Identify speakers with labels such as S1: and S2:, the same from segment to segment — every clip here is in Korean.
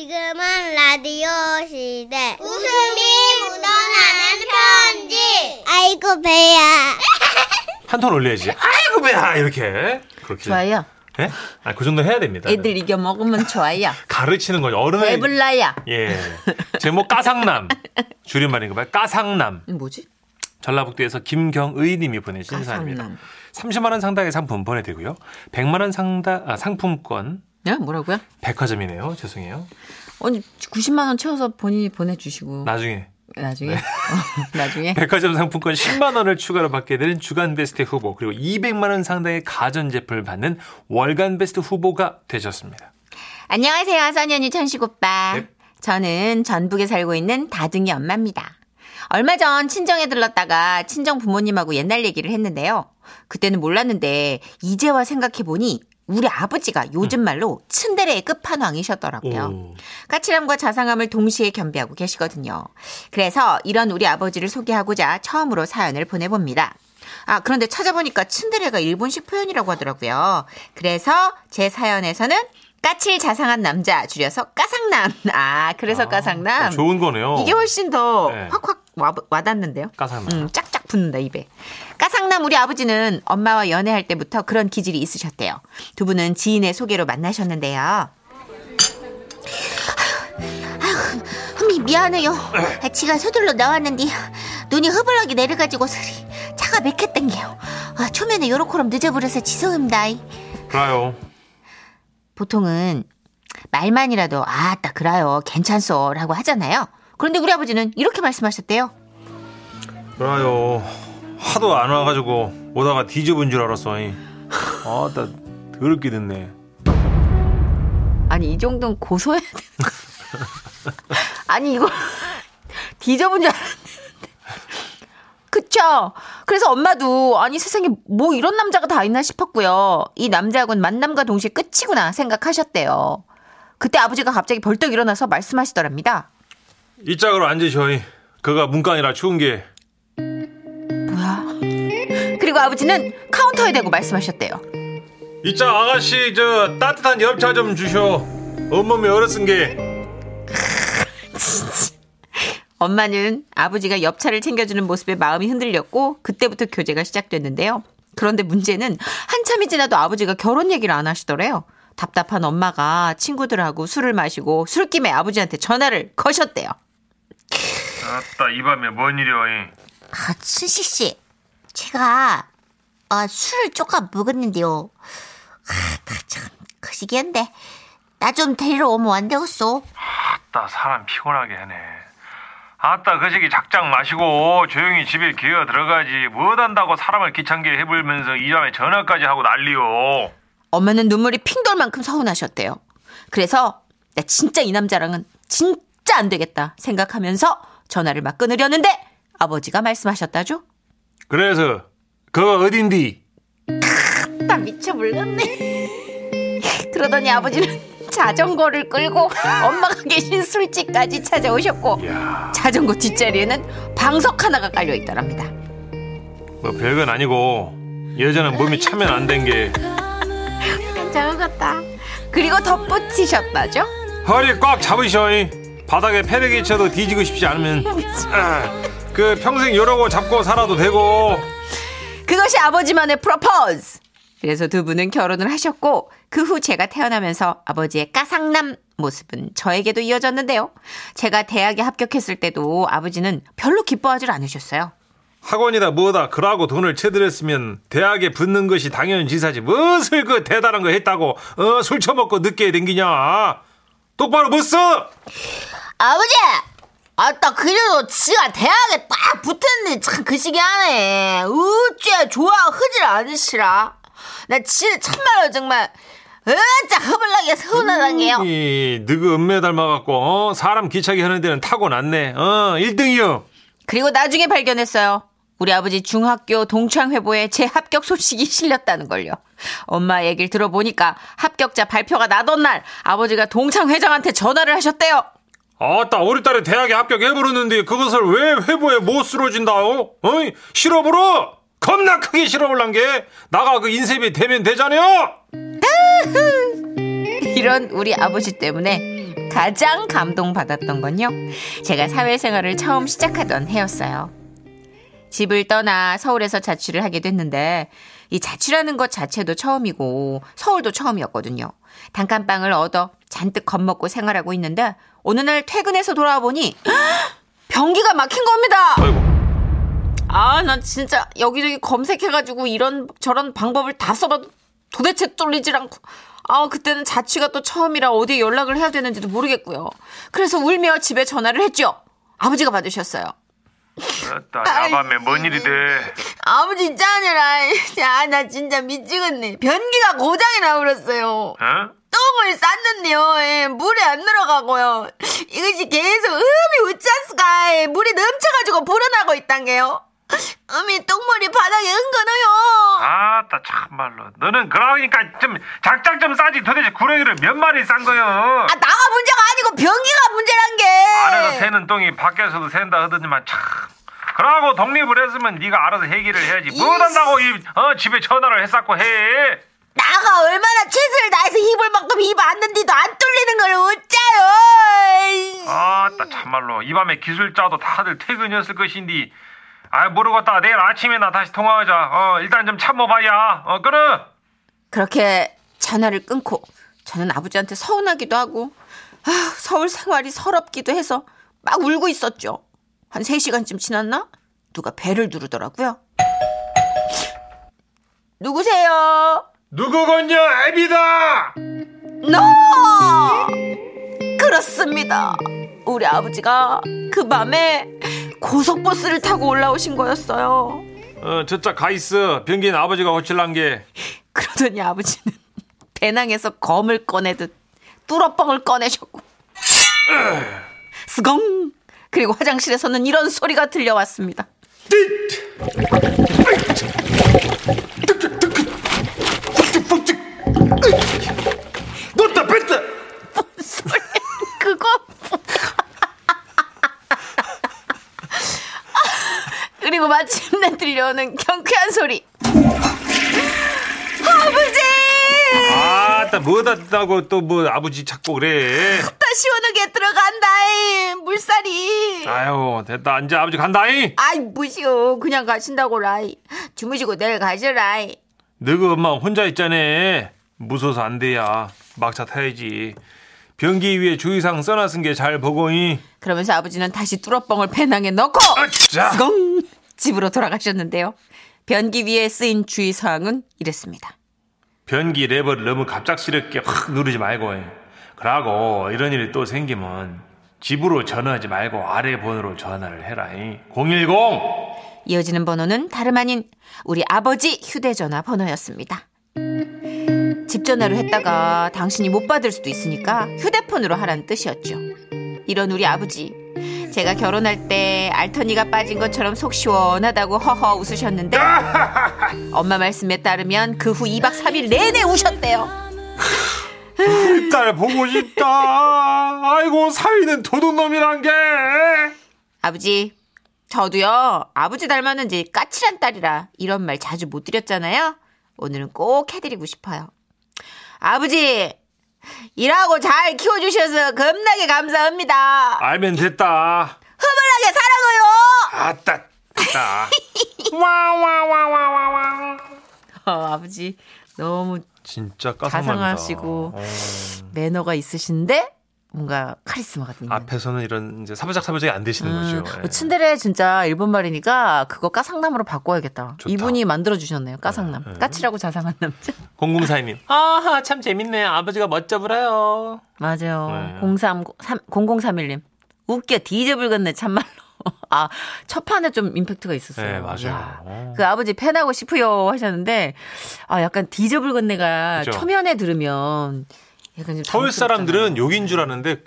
S1: 지금은 라디오 시대.
S2: 웃음이 묻어나는 편지.
S1: 아이고, 배야.
S3: 한 톤 올려야지. 아이고 배야 이렇게. 그렇게.
S4: 좋아요.
S3: 예? 아, 그 정도 해야 됩니다.
S4: 애들 이겨 먹으면 좋아요.
S3: 가르치는 거죠. 어른의
S4: 배불라야.
S3: 예. 제목 까상남. 줄임말인가 봐요. 까상남.
S4: 뭐지? 아,
S3: 전라북도에서 김경의 님이 보내신 사연입니다. 30만 원 상당의 상품 보내 드리고요. 100만 원 상당 아, 상품권
S4: 야, 네? 뭐라고요?
S3: 백화점이네요. 죄송해요.
S4: 아니 90만 원 채워서 본인이 보내주시고
S3: 나중에 네.
S4: 나, 중에 어, 나중에
S3: 백화점 상품권 10만 원을 추가로 받게 되는 주간 베스트 후보 그리고 200만 원 상당의 가전 제품을 받는 월간 베스트 후보가 되셨습니다.
S4: 안녕하세요, 선현이 천식 오빠.
S3: 네.
S4: 저는 전북에 살고 있는 다둥이 엄마입니다. 얼마 전 친정에 들렀다가 친정 부모님하고 옛날 얘기를 했는데요. 그때는 몰랐는데 이제와 생각해 보니 우리 아버지가 요즘 말로 츤데레의 끝판왕이셨더라고요.
S3: 음. 오.
S4: 까칠함과 자상함을 동시에 겸비하고 계시거든요. 그래서 이런 우리 아버지를 소개하고자 처음으로 사연을 보내봅니다. 아, 그런데 찾아보니까 츤데레가 일본식 표현이라고 하더라고요. 그래서 제 사연에서는 까칠 자상한 남자 줄여서 까상남. 아, 그래서
S3: 아,
S4: 까상남.
S3: 좋은 거네요.
S4: 이게 훨씬 더
S3: 네.
S4: 확확 와, 와닿는데요.
S3: 까상남.
S4: 음, 짝짝 붙는다 입에. 까상남 우리 아버지는 엄마와 연애할 때부터 그런 기질이 있으셨대요. 두 분은 지인의 소개로 만나셨는데요. 아휴, 아휴, 흠이 미안해요. 아, 지가 서둘러 나왔는데 눈이 흐블럭이 내려가지고 서리 차가 맥혔던게요. 아, 초면에 요렇게럼 늦어버려서 죄송합니다.
S3: 그래요.
S4: 보통은 말만이라도 아따 그래요 괜찮소라고 하잖아요. 그런데 우리 아버지는 이렇게 말씀하셨대요.
S3: 그래요. 하도 안 와가지고 오다가 뒤집은 줄 알았어. 이. 아, 나 더럽게 됐네.
S4: 아니 이 정도는 고소해야 되는 거 아니 이거 뒤져본 줄 알았는데 그쵸 그래서 엄마도 아니 세상에 뭐 이런 남자가 다 있나 싶었고요 이 남자하고는 만남과 동시에 끝이구나 생각하셨대요 그때 아버지가 갑자기 벌떡 일어나서 말씀하시더랍니다
S3: 이 짝으로 앉으셔. 이. 그가 문간이라 추운 게.
S4: 뭐야 그리고 아버지는 카운터에 대고 말씀하셨대요
S3: 이 짝 아가씨 저 따뜻한 엽차 좀 주셔. 온몸이 얼었은 게.
S4: 엄마는 아버지가 엽차를 챙겨주는 모습에 마음이 흔들렸고 그때부터 교제가 시작됐는데요. 그런데 문제는 한참이 지나도 아버지가 결혼 얘기를 안 하시더래요. 답답한 엄마가 친구들하고 술을 마시고 술김에 아버지한테 전화를 거셨대요.
S3: 아따 이 밤에 뭔 일이여. 이.
S2: 아, 춘식 씨, 제가 아, 술을 조금 먹었는데요. 아, 나참 거시기한데 나 좀 데리러 오면 안 되겠소?
S3: 아따 사람 피곤하게 하네. 아따 그 시기 작작 마시고 조용히 집에 기어 들어가지. 뭐한다고 사람을 귀찮게 해불면서 이 밤에 전화까지 하고 난리요.
S4: 엄마는 눈물이 핑 돌 만큼 서운하셨대요. 그래서 나 진짜 이 남자랑은 진짜 안 되겠다 생각하면서 전화를 막 끊으려는데 아버지가 말씀하셨다죠.
S3: 그래서 그가 어딘디?
S4: 다 미쳐 물렸네. 그러더니 아버지는 자전거를 끌고 엄마가 계신 술집까지 찾아오셨고 자전거 뒷자리에는 방석 하나가 깔려 있더랍니다.
S3: 뭐 별건 아니고 여자는 몸이 차면 안 된 게
S4: 잘먹었다 그리고 덧붙이셨다죠?
S3: 허리 꽉 잡으셔이 바닥에 패대기 쳐도 뒤지고 싶지 않으면 아, 그 평생 이러고 잡고 살아도 되고
S4: 그것이 아버지만의 프로포즈. 그래서 두 분은 결혼을 하셨고 그 후 제가 태어나면서 아버지의 까상남 모습은 저에게도 이어졌는데요. 제가 대학에 합격했을 때도 아버지는 별로 기뻐하지 않으셨어요.
S3: 학원이다 뭐다 그러고 돈을 쳐들였으면 대학에 붙는 것이 당연지사지 무엇을 그 대단한 거 했다고 어, 술 처먹고 늦게 댕기냐 똑바로 못 써!
S2: 아버지, 아따 그래도 지가 대학에 딱 붙었는데 참 거시기하네. 어째 좋아 흐질 않으시라. 나 진짜 참말로 정말 어짜 허블나게 서운하단 게요.
S4: 음.
S3: 이 너그 음매 닮아갖고 어? 사람 귀차게 하는 데는 타고났네 어 1등이요
S4: 그리고 나중에 발견했어요. 우리 아버지 중학교 동창회보에 제 합격 소식이 실렸다는 걸요. 엄마 얘기를 들어보니까 합격자 발표가 나던 날 아버지가 동창회장한테 전화를 하셨대요.
S3: 아따 우리 딸이 대학에 합격해버렸는데 그것을 왜 회보에 못 쓰러진다오? 어이 실업으로 겁나 크게 실업을 난 게 나가 그 인쇄비 대면 되잖아요.
S4: 이런 우리 아버지 때문에 가장 감동받았던 건요. 제가 사회생활을 처음 시작하던 해였어요. 집을 떠나 서울에서 자취를 하게 됐는데 이 자취라는 것 자체도 처음이고 서울도 처음이었거든요. 단칸방을 얻어 잔뜩 겁먹고 생활하고 있는데 어느 날 퇴근해서 돌아와 보니 변기가 막힌 겁니다.
S3: 아이고
S4: 아, 나 진짜 여기저기 검색해가지고 이런 저런 방법을 다 써봐도 도대체 뚫리질 않고. 아, 그때는 자취가 또 처음이라 어디에 연락을 해야 되는지도 모르겠고요. 그래서 울며 집에 전화를 했죠. 아버지가 받으셨어요.
S3: 그렇다 야밤에 뭔 일이 돼
S2: 아버지 있잖아라. 아, 나 진짜 미치겠네. 변기가 고장이 나버렸어요.
S3: 어?
S2: 똥을 쌌는데요. 예, 물이 안 들어가고요. 이것이 계속 음이 우차스가 예, 물이 넘쳐가지고 불어나고 있단 게요. 음이 똥물이 바닥에 흥건해요.
S3: 아따 참말로 너는 그러니까 좀 작작 좀 싸지 도대체 구렁이를 몇 마리 싼 거여
S2: 아, 나가 문제가 아니고 변기가 문제란 게.
S3: 안에서 새는 똥이 밖에서도 샌다 하더니만 참 그러고 독립을 했으면 네가 알아서 해결을 해야지 뭐 못한다고 이 어, 집에 전화를 했었고 해
S2: 나가 얼마나 최선을 다해서 입을 만큼 입안는데도 안 뚫리는 걸 어짜요.
S3: 아따 참말로 이 밤에 기술자도 다들 퇴근이었을 것인데 아 모르겠다 내일 아침에 나 다시 통화하자 어 일단 좀 참아봐야 어 끊어
S4: 그렇게 전화를 끊고 저는 아버지한테 서운하기도 하고 아휴, 서울 생활이 서럽기도 해서 막 울고 있었죠. 한 3시간쯤 지났나? 누가 배를 누르더라고요. 누구세요?
S3: 누구건냐 애비다
S4: 노! 그렇습니다. 우리 아버지가 그 밤에
S2: 네.
S4: 고속버스를 타고 올라오신 거였어요.
S3: 어 저짝 가있어 변기는 아버지가 호칠란 게
S4: 그러더니 아버지는 배낭에서 검을 꺼내듯 뚫어뻥을 꺼내셨고 스공 그리고 화장실에서는 이런 소리가 들려왔습니다.
S3: 놓다 뺐다
S4: 그거 뭐. 아, 그리고 마침내 들려오는 경쾌한 소리 아버지
S3: 아따 뭐다고 또 뭐 아버지 찾고 그래
S4: 다 시원하게 들어간다잉 물살이
S3: 아유 됐다 이제 아버지 간다잉
S4: 아이 무시오 그냥 가신다고 라이 주무시고 내일 가시라이
S3: 너그 엄마 혼자 있잖아 무서워서 안 돼야 막차 타야지 변기 위에 주의사항 써놨은 게 잘 보고잉
S4: 그러면서 아버지는 다시 뚫어뻥을 배낭에 넣고
S3: 아짜
S4: 수공 집으로 돌아가셨는데요 변기 위에 쓰인 주의사항은 이랬습니다
S3: 변기 레버를 너무 갑작스럽게 확 누르지 말고 그러고 이런 일이 또 생기면 집으로 전화하지 말고 아래 번호로 전화를 해라 010
S4: 이어지는 번호는 다름 아닌 우리 아버지 휴대전화 번호였습니다. 집 전화를 했다가 당신이 못 받을 수도 있으니까 휴대폰으로 하라는 뜻이었죠. 이런 우리 아버지. 제가 결혼할 때 알턴이가 빠진 것처럼 속 시원하다고 허허 웃으셨는데 엄마 말씀에 따르면 그 후 2박 3일 내내 우셨대요.
S3: 딸 보고 싶다 아이고 사위는 도둑놈이란 게
S4: 아버지, 저도요, 아버지 닮았는지 까칠한 딸이라 이런 말 자주 못 드렸잖아요. 오늘은 꼭 해드리고 싶어요. 아버지, 일하고 잘 키워주셔서 겁나게 감사합니다.
S3: 알면 됐다
S4: 허벌하게 사랑해요!
S3: 아따 따 와와와와와와
S4: 어, 아버지, 너무
S3: 진짜 까성맞다 어.
S4: 자상하시고. 매너가 있으신데, 뭔가 카리스마가 있는.
S3: 앞에서는 이런 이제 사부작 사부작이 안 되시는
S4: 음,
S3: 거죠. 예.
S4: 어, 츤데레 진짜 일본 말이니까 그거 까상남으로 바꿔야겠다.
S3: 좋다.
S4: 이분이 만들어주셨네요. 까상남.
S3: 네, 네.
S4: 까칠하고 자상한 남자.
S3: 공공사님. 아하 참 재밌네. 아버지가 멋져 보라요.
S4: 맞아요.
S3: 네.
S4: 03, 3, 0031님. 웃겨 뒤져불겠네 참말로. 아, 첫 판에 좀 임팩트가 있었어요.
S3: 네, 맞아요.
S4: 야,
S3: 어.
S4: 그 아버지 팬하고 싶어요 하셨는데 아, 약간 뒤져불겠네가
S3: 그죠.
S4: 초면에 들으면 약간 좀
S3: 서울 사람들은
S4: 당황스럽잖아요.
S3: 욕인 줄 아는데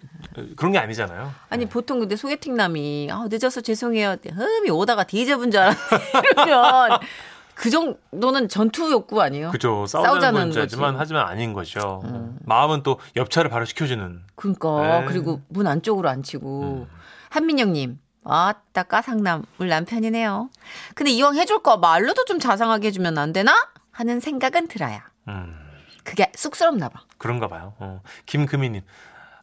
S3: 그런 게 아니잖아요.
S4: 아니 보통 근데 소개팅 남이 아, 늦어서 죄송해요. 흠이 오다가 뒤져본 줄 알았는데 이러면 그 정도는 전투 욕구 아니에요?
S3: 그죠. 어?
S4: 싸우자는
S3: 싸우자는
S4: 거지.
S3: 거지만 하지만 아닌 거죠. 마음은 또 옆차를 바로 시켜주는.
S4: 그러니까
S3: 네. 음.
S4: 그리고 문 안쪽으로 안 치고 한민영님 아따 까상남 울 남편이네요. 근데 이왕 해줄 거 말로도 좀 자상하게 해주면 안 되나 하는 생각은 들어요.
S3: 음,
S4: 그게 쑥스럽나 봐.
S3: 그런가 봐요. 어. 김금희님.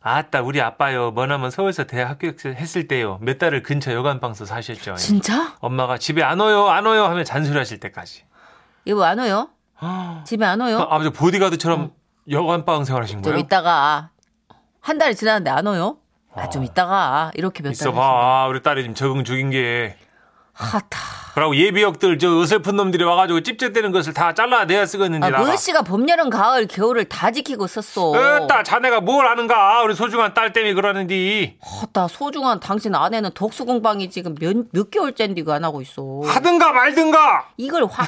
S3: 아따 우리 아빠요 머나먼 서울서 대학 합격했을 때요 몇 달을 근처 여관방서 사셨죠.
S4: 진짜?
S3: 엄마가 집에 안 와요 안 와요 하면 잔소리하실 때까지.
S4: 이거 안 와요? 집에 안 와요?
S3: 아. 아버지 보디가드처럼 여관방 생활하신
S4: 좀
S3: 거예요?
S4: 있다가 한 달이 지났는데 안 와요? 아, 좀 있다가 이렇게 몇 달.
S3: 있어봐 우리 딸이 지금 적응 중인 게.
S4: 하타.
S3: 그러고 예비역들 저 어설픈 놈들이 와가지고 찝쩍대는 것을 다 잘라내야 쓰겠는데
S4: 아,
S3: 나가.
S4: 그 씨가 봄, 여름, 가을, 겨울을 다 지키고 있었어.
S3: 으따 자네가 뭘 아는가 우리 소중한 딸 때문에 그러는디
S4: 허다 소중한 당신 아내는 독수공방이 지금 몇, 몇 개월째인데 이거 안 하고 있어.
S3: 하든가 말든가
S4: 이걸 확.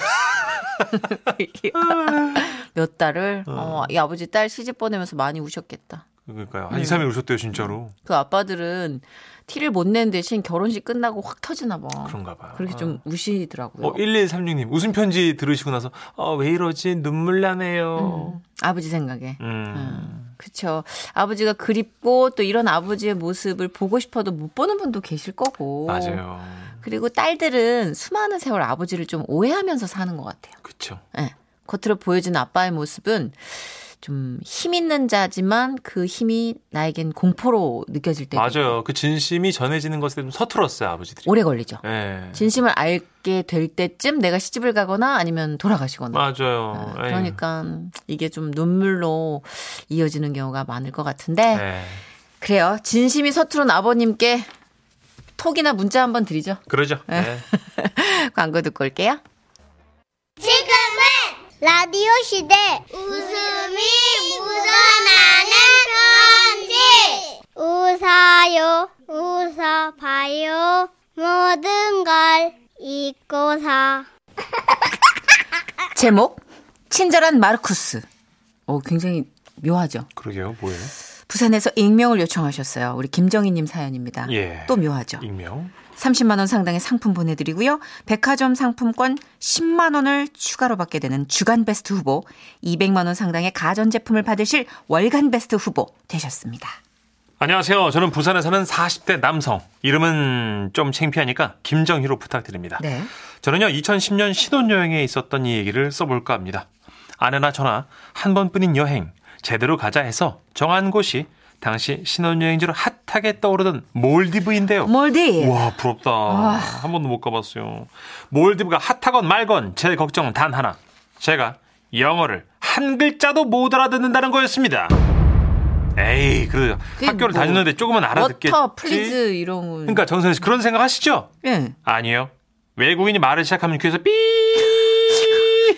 S4: 몇 달을? 어, 이 아버지 딸 시집 보내면서 많이 우셨겠다.
S3: 그러니까요 한 2, 3일 오셨대요 진짜로
S4: 그 아빠들은 티를 못 낸 대신 결혼식 끝나고 확 터지나 봐.
S3: 그런가 봐요
S4: 그렇게 좀 우시더라고요.
S3: 어, 1136님 웃음 편지 들으시고 나서 어, 왜 이러지 눈물 나네요
S4: 아버지 생각에.
S3: 음.
S4: 그쵸. 아버지가 그립고 또 이런 아버지의 모습을 보고 싶어도 못 보는 분도 계실 거고.
S3: 맞아요
S4: 그리고 딸들은 수많은 세월 아버지를 좀 오해하면서 사는 것 같아요.
S3: 그쵸
S4: 예. 겉으로 보여진 아빠의 모습은 좀 힘 있는 자지만 그 힘이 나에겐 공포로 느껴질 때
S3: 맞아요 그 진심이 전해지는 것에 좀 서툴었어요 아버지들이
S4: 오래 걸리죠.
S3: 예.
S4: 진심을 알게 될 때쯤 내가 시집을 가거나 아니면 돌아가시거나.
S3: 맞아요 에이.
S4: 그러니까 이게 좀 눈물로 이어지는 경우가 많을 것 같은데
S3: 예.
S4: 그래요. 진심이 서투른 아버님께 톡이나 문자 한번 드리죠.
S3: 그러죠 예.
S4: 광고 듣고 올게요.
S1: 지금은 라디오 시대 웃음이 묻어나는 편지 웃어요 웃어봐요 모든 걸 잊고 사
S4: 제목 친절한 마르쿠스. 오 굉장히 묘하죠.
S3: 그러게요 뭐예요
S4: 부산에서 익명을 요청하셨어요. 우리 김정희님 사연입니다.
S3: 예.
S4: 또 묘하죠.
S3: 익명
S4: 30만 원 상당의 상품 보내드리고요. 백화점 상품권 10만 원을 추가로 받게 되는 주간 베스트 후보, 200만 원 상당의 가전 제품을 받으실 월간 베스트 후보 되셨습니다.
S3: 안녕하세요. 저는 부산에 사는 40대 남성. 이름은 좀 창피하니까 김정희로 부탁드립니다.
S4: 네.
S3: 저는요, 2010년 신혼여행에 있었던 이 얘기를 써볼까 합니다. 아내나 저나 한 번뿐인 여행, 제대로 가자 해서 정한 곳이 당시 신혼여행지로 핫하게 떠오르던 몰디브인데요.
S4: 몰디.
S3: 와, 부럽다.
S4: 아.
S3: 한 번도 못 가봤어요. 몰디브가 핫하건 말건 제 걱정은 단 하나. 제가 영어를 한 글자도 못 알아듣는다는 거였습니다. 에이, 그래도
S4: 그게
S3: 학교를
S4: 뭐,
S3: 다녔는데 조금은 알아듣겠지.
S4: 워터 플리즈 이런 거.
S3: 그러니까 정선 씨 그런 생각 하시죠?
S4: 예.
S3: 아니요. 외국인이 말을 시작하면 귀에서 삐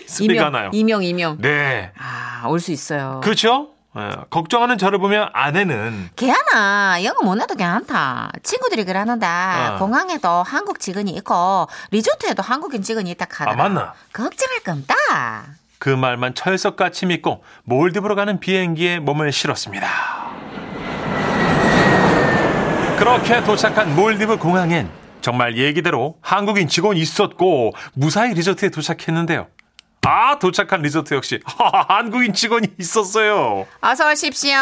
S3: 소리가
S4: 이명,
S3: 나요.
S4: 이명, 이명.
S3: 네,
S4: 아, 올 수 있어요.
S3: 그렇죠. 어, 걱정하는 저를 보면 아내는
S4: 걔하나 영어 못해도 괜찮다. 친구들이 그러는데
S3: 어.
S4: 공항에도 한국 직원이 있고 리조트에도 한국인 직원이 있다 카더라.
S3: 아 맞나?
S4: 걱정할 거 없다.
S3: 그 말만 철석같이 믿고 몰디브로 가는 비행기에 몸을 실었습니다. 그렇게 도착한 몰디브 공항엔 정말 얘기대로 한국인 직원이 있었고 무사히 리조트에 도착했는데요. 아 도착한 리조트 역시 한국인 직원이 있었어요.
S4: 어서 오십시오.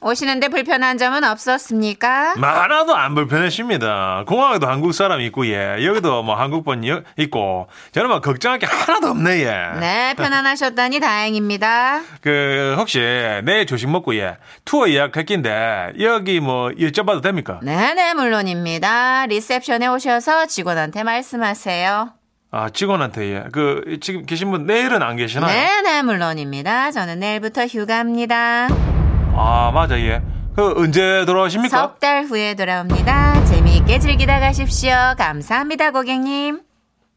S4: 오시는데 불편한 점은 없었습니까?
S3: 많아도 안 불편했습니다. 공항에도 한국 사람 있고 예 여기도 뭐 한국분 여- 있고 저는 뭐 걱정할 게 하나도 없네 예.
S4: 네, 편안하셨다니 다행입니다.
S3: 그 혹시 내일 조식 먹고 예 투어 예약했긴데 여기 뭐 여쭤봐도 됩니까?
S4: 네네, 물론입니다. 리셉션에 오셔서 직원한테 말씀하세요.
S3: 아 직원한테 예그 지금 계신 분 내일은 안 계시나요?
S4: 네네, 물론입니다. 저는 내일부터 휴가입니다.
S3: 아 맞아 예그 언제 돌아오십니까?
S4: 석 달 후에 돌아옵니다. 재미있게 즐기다 가십시오. 감사합니다, 고객님.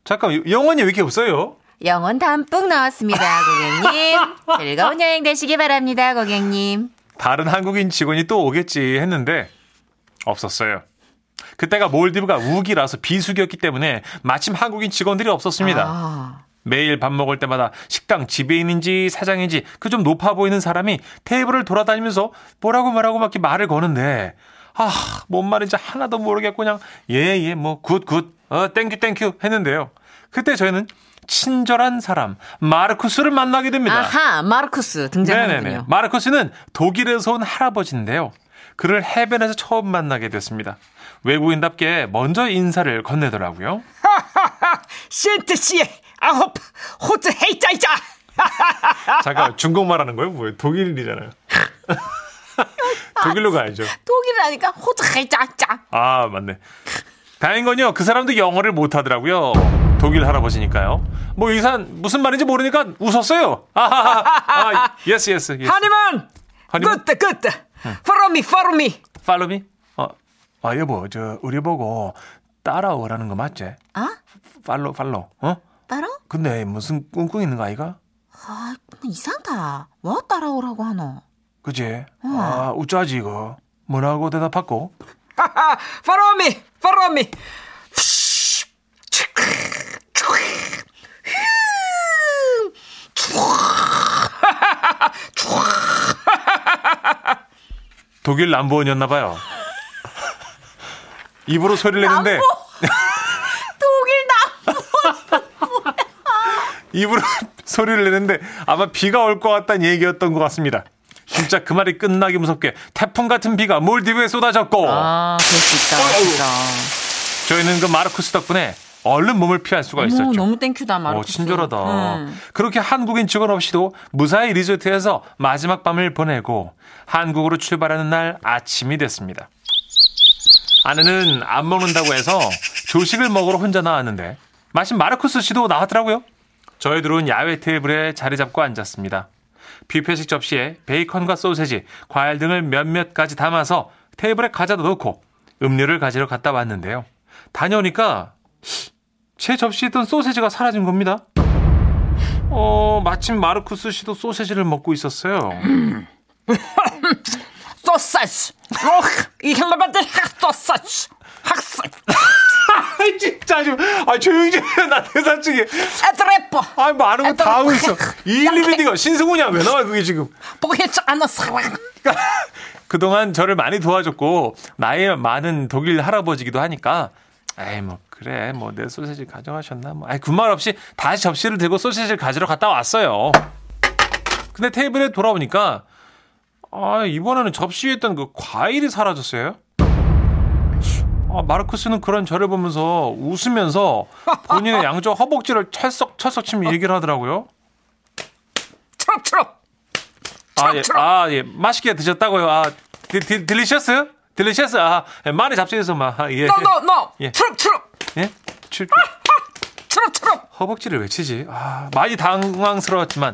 S3: 잠깐 영원이 왜 이렇게 없어요?
S4: 영혼 담뿍 넣었습니다, 고객님. 즐거운 여행 되시기 바랍니다, 고객님.
S3: 다른 한국인 직원이 또 오겠지 했는데 없었어요. 그때가 몰디브가 우기라서 비수기였기 때문에 마침 한국인 직원들이 없었습니다.
S4: 아,
S3: 매일 밥 먹을 때마다 식당 지배인인지 사장인지 그 좀 높아 보이는 사람이 테이블을 돌아다니면서 뭐라고 뭐라고 막 이렇게 말을 거는데 아, 뭔 말인지 하나도 모르겠고 그냥 예, 예, 뭐 굿, 굿. 어, 땡큐, 땡큐 했는데요. 그때 저희는 친절한 사람 마르쿠스를 만나게 됩니다.
S4: 아하, 마르쿠스 등장하는군요.
S3: 마르코스는 독일에서 온 할아버지인데요. 그를 해변에서 처음 만나게 됐습니다. 외국인답게 먼저 인사를 건네더라고요.
S4: 신트시에 아홉 호트 헤이짜이짜
S3: 잠깐 중국말 하는 거예요? 뭐예요? 독일이잖아요. 독일로 가야죠.
S4: 독일을 하니까 호짜짱짱.
S3: 아 맞네. 다행인 건요 그 사람도 영어를 못하더라고요. 독일 할아버지니까요. 뭐 이산 무슨 말인지 모르니까 웃었어요. 아하하. 아 예스 예스 예스.
S5: 하니만
S3: 하니문?
S5: 굿다 굿다 follow me follow me
S3: 팔로미 어. 아 여보 저 우리 보고 따라오라는 거 맞지?
S4: 아?
S3: 팔로 팔로. 어?
S4: 따라?
S3: 근데 무슨 꿍꿍 있는 거 아이가?
S4: 아, 근데 이상하다. 뭐 따라오라고 하노?
S3: 그지? 아 웃자지 이거. 뭐라고 대답하고?
S5: 하하 follow me follow me
S3: 독일 남보원이었나 봐요. 입으로 소리를 내는데
S4: 독일 나.
S3: 입으로 소리를 내는데 아마 비가 올 것 같다는 얘기였던 것 같습니다. 진짜 그 말이 끝나기 무섭게 태풍 같은 비가 몰디브에 쏟아졌고
S5: 아 그럴 수 있다 진짜
S3: 저희는 그 마르쿠스 덕분에 얼른 몸을 피할 수가
S5: 어머,
S3: 있었죠.
S5: 너무 땡큐다
S3: 어,
S5: 마르코
S3: 친절하다. 그렇게 한국인 직원 없이도 무사히 리조트에서 마지막 밤을 보내고 한국으로 출발하는 날 아침이 됐습니다. 아내는 안 먹는다고 해서 조식을 먹으러 혼자 나왔는데 마침 마르쿠스 씨도 나왔더라고요. 저희들은 야외 테이블에 자리 잡고 앉았습니다. 뷔페식 접시에 베이컨과 소세지, 과일 등을 몇몇 가지 담아서 테이블에 과자도 넣고 음료를 가지러 갔다 왔는데요. 다녀오니까 제 접시에 있던 소세지가 사라진 겁니다. 어, 마침 마르쿠스 씨도 소세지를 먹고 있었어요.
S5: 소세지 Oh, 이 헬라반들 소세지 학사지
S3: 아이, 진짜 좀, 아, 조용히 좀 해. 나 대사 중에.
S5: 애드레퍼
S3: 아, 뭐 아는 거 다 하고 있어. 이일리비디가 신승훈이야. 왜 나와, 그게 지금.
S5: 보이지 않는 사랑
S3: 그동안 저를 많이 도와줬고, 나이 많은 독일 할아버지기도 하니까, 에이, 뭐, 그래. 뭐, 내 소세지 가져가셨나? 뭐. 아이, 군말 없이 다시 접시를 들고 소세지를 가지러 갔다 왔어요. 근데 테이블에 돌아오니까, 아, 이번에는 접시에 있던 그 과일이 사라졌어요. 아, 마르쿠스는 그런 저를 보면서 웃으면서 본인의 양쪽 허벅지를 찰썩찰썩 치며 얘기를 하더라고요.
S5: 초록초록
S3: 아, 예, 아, 예. 맛있게 드셨다고요. 아, 디, 디, 딜리셔스? 딜리셔스? 아, 예, 많이 잡수해서 막, 아, 예.
S5: 노노노
S3: 예.
S5: 초록초록
S3: 예? 출,
S5: 초록초록
S3: 허벅지를 외치지. 아, 많이 당황스러웠지만,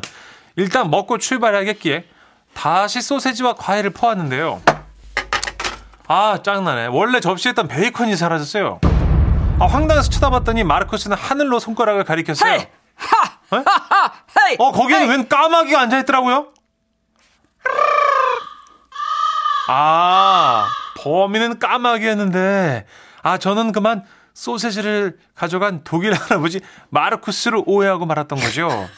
S3: 일단 먹고 출발하겠기에, 다시 소세지와 과일을 퍼왔는데요. 아, 짱나네. 원래 접시했던 베이컨이 사라졌어요. 아, 황당해서 쳐다봤더니 마르코스는 하늘로 손가락을 가리켰어요.
S5: 헤이 하
S3: 에?
S5: 하하 헤이
S3: 어, 거기에는 웬 까마귀가 앉아있더라고요? 아, 범인은 까마귀였는데, 아, 저는 그만 소세지를 가져간 독일 할아버지 마르쿠스를 오해하고 말았던 거죠.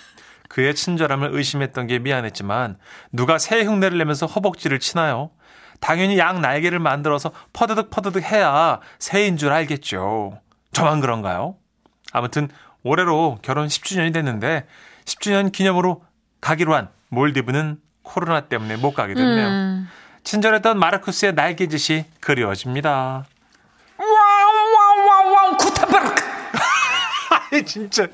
S3: 그의 친절함을 의심했던 게 미안했지만, 누가 새 흉내를 내면서 허벅지를 치나요? 당연히 양 날개를 만들어서 퍼드득 퍼드득 해야 새인 줄 알겠죠. 저만 그런가요? 아무튼 올해로 결혼 10주년이 됐는데 10주년 기념으로 가기로 한 몰디브는 코로나 때문에 못 가게 됐네요.
S5: 음.
S3: 친절했던 마르쿠스의 날개짓이 그리워집니다.
S5: 와와와와 쿠텐베르크
S3: 아이 진짜.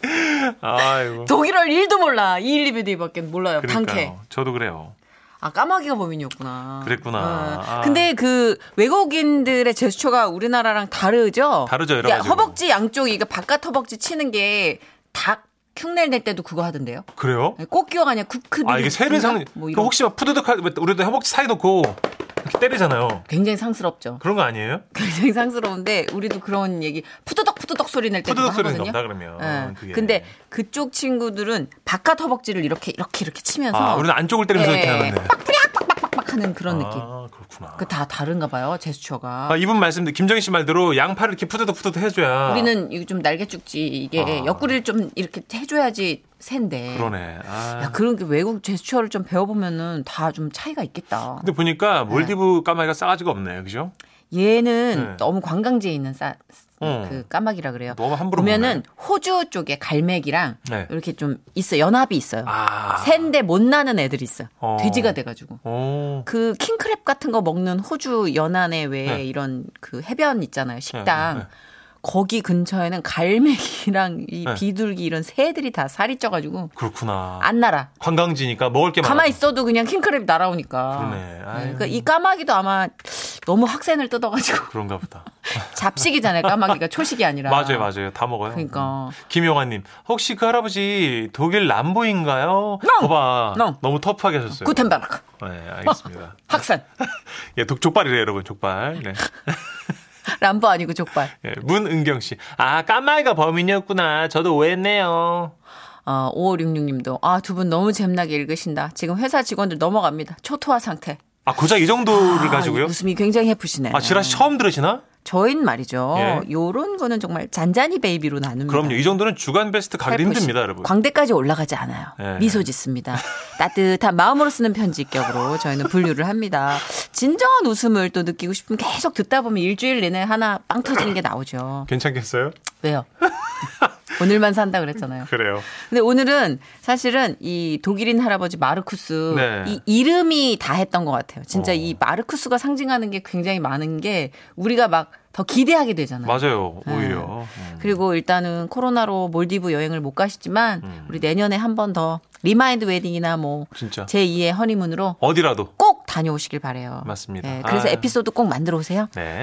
S3: 아이고.
S5: 독일어를 1도 몰라. 이일리베디밖에 몰라요. 방캐.
S3: 그러니까요. 저도 그래요.
S5: 아 까마귀가 범인이었구나.
S3: 그랬구나. 아.
S5: 어. 근데 그 외국인들의 제스처가 우리나라랑 다르죠.
S3: 다르죠, 여러
S5: 야,
S3: 가지로.
S5: 허벅지 양쪽 이게 그러니까 바깥 허벅지 치는 게 닭 흉내 낼 때도 그거 하던데요.
S3: 그래요?
S5: 꽃기어가냐 쿠크.
S3: 아 이게 새를 상
S5: 뭐
S3: 그
S5: 이런.
S3: 혹시 막 푸드득 할 우리도 허벅지 사이 놓고 이렇게 때리잖아요.
S5: 굉장히 상스럽죠.
S3: 그런 거 아니에요?
S5: 굉장히 상스러운데 우리도 그런 얘기 푸드덕 푸드덕 소리 낼때
S3: 푸드덕 소리는
S5: 하거든요.
S3: 없다 그러면,
S5: 예.
S3: 그게.
S5: 근데 그쪽 친구들은 바깥 허벅지를 이렇게 이렇게 이렇게 치면서
S3: 아, 우리는 안쪽을 때리면서 이렇게 하는데.
S5: 빡빡 하는 예, 그런 느낌.
S3: 아, 그렇구나.
S5: 그 다 다른가 봐요 제스처가.
S3: 아, 이분 말씀대로 김정희 씨 말대로 양팔을 이렇게 푸드득 푸드득 해줘야
S5: 우리는 이거 좀 날개 쭉지 이게
S3: 아.
S5: 옆구리를 좀 이렇게 해줘야지 센데.
S3: 그러네. 아.
S5: 야 그런 게 외국 제스처를 좀 배워보면은 다 좀 차이가 있겠다.
S3: 근데
S4: 네.
S3: 보니까 몰디브 까마귀가 싸가지가 없네, 그죠?
S5: 얘는
S3: 네.
S5: 너무 관광지에 있는 싸,
S3: 어.
S5: 그 까마귀라 그래요.
S3: 너무 함부로
S5: 보면은 호주 쪽에 갈매기랑
S3: 네.
S5: 이렇게 좀 있어 연합이 있어요.
S3: 아.
S5: 센데 못 나는 애들이 있어.
S3: 어.
S5: 돼지가 돼가지고.
S3: 오.
S5: 그 킹크랩 같은 거 먹는 호주 연안에 왜
S3: 네.
S5: 이런 그 해변 있잖아요
S3: 네,
S5: 식당
S3: 네, 네.
S4: 거기 근처에는 갈매기랑 이
S3: 네.
S4: 비둘기 이런 새들이 다 살이 쪄가지고
S3: 그렇구나.
S4: 안 날아.
S3: 관광지니까 먹을 게 많아.
S4: 가만 있어도 그냥 킹크랩 날아오니까.
S3: 그러네. 아유.
S4: 그러니까 이 까마귀도 아마 너무 학센을 뜯어가지고
S3: 그런가 보다.
S4: 잡식이잖아요. 까마귀가 초식이 아니라.
S3: 맞아요, 맞아요. 다 먹어요. 음.
S4: 그러니까.
S3: 김용환님, 혹시 그 할아버지 독일 남보인가요?
S4: No.
S3: 봐봐.
S4: No.
S3: 너무 터프하게 하셨어요.
S4: 구텐바르크
S3: 네, 알겠습니다.
S4: 학센
S3: 예, 독, 족발이래요, 여러분, 족발. 네.
S4: 람보 아니고 족발.
S3: 예, 문은경 씨. 아, 까마귀가 범인이었구나. 저도 오해했네요.
S5: 아,
S4: 어, 5566님도 아 두 분 너무 잼나게 읽으신다. 지금 회사 직원들 넘어갑니다. 초토화 상태.
S3: 아, 고작 이 정도를 가지고요?
S4: 아, 웃음이 굉장히 예쁘시네.
S3: 아, 지라 씨 처음 들으시나?
S4: 저인 말이죠.
S3: 예.
S4: 요런 거는 정말 잔잔히 베이비로 나눕니다.
S3: 그럼요. 이 정도는 주간 베스트 가기
S4: 살포시.
S3: 힘듭니다, 여러분.
S4: 광대까지 올라가지 않아요.
S3: 뭐 예.
S4: 미소 짓습니다. 따뜻한 마음으로 쓰는 편지격으로 저희는 분류를 합니다. 진정한 웃음을 또 느끼고 싶으면 계속 듣다 보면 일주일 내내 하나 빵 터지는 게 나오죠.
S3: 괜찮겠어요?
S4: 왜요? 오늘만 산다 그랬잖아요.
S3: 그래요.
S4: 근데 오늘은 사실은 이 독일인 할아버지 마르쿠스
S3: 네.
S4: 이 이름이 다 했던 것 같아요. 진짜
S3: 어.
S4: 이 마르쿠스가 상징하는 게 굉장히 많은 게 우리가 막 더 기대하게 되잖아요.
S3: 맞아요. 오히려.
S4: 네.
S3: 음.
S4: 그리고 일단은 코로나로 몰디브 여행을 못 가시지만
S3: 음.
S4: 우리 내년에 한 번 더 리마인드 웨딩이나 뭐
S3: 진짜.
S4: 제2의 허니문으로
S3: 어디라도.
S4: 꼭 다녀오시길 바래요.
S3: 맞습니다.
S4: 네, 그래서
S3: 아.
S4: 에피소드 꼭 만들어 오세요.
S3: 네.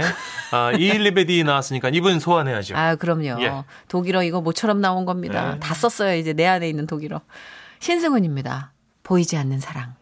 S3: 아, 211베디 나왔으니까 이분 소환해야죠.
S4: 아, 그럼요.
S3: 예.
S4: 독일어 이거 모처럼 나온 겁니다.
S3: 네.
S4: 다 썼어요. 이제 내 안에 있는 독일어. 신승훈입니다. 보이지 않는 사랑.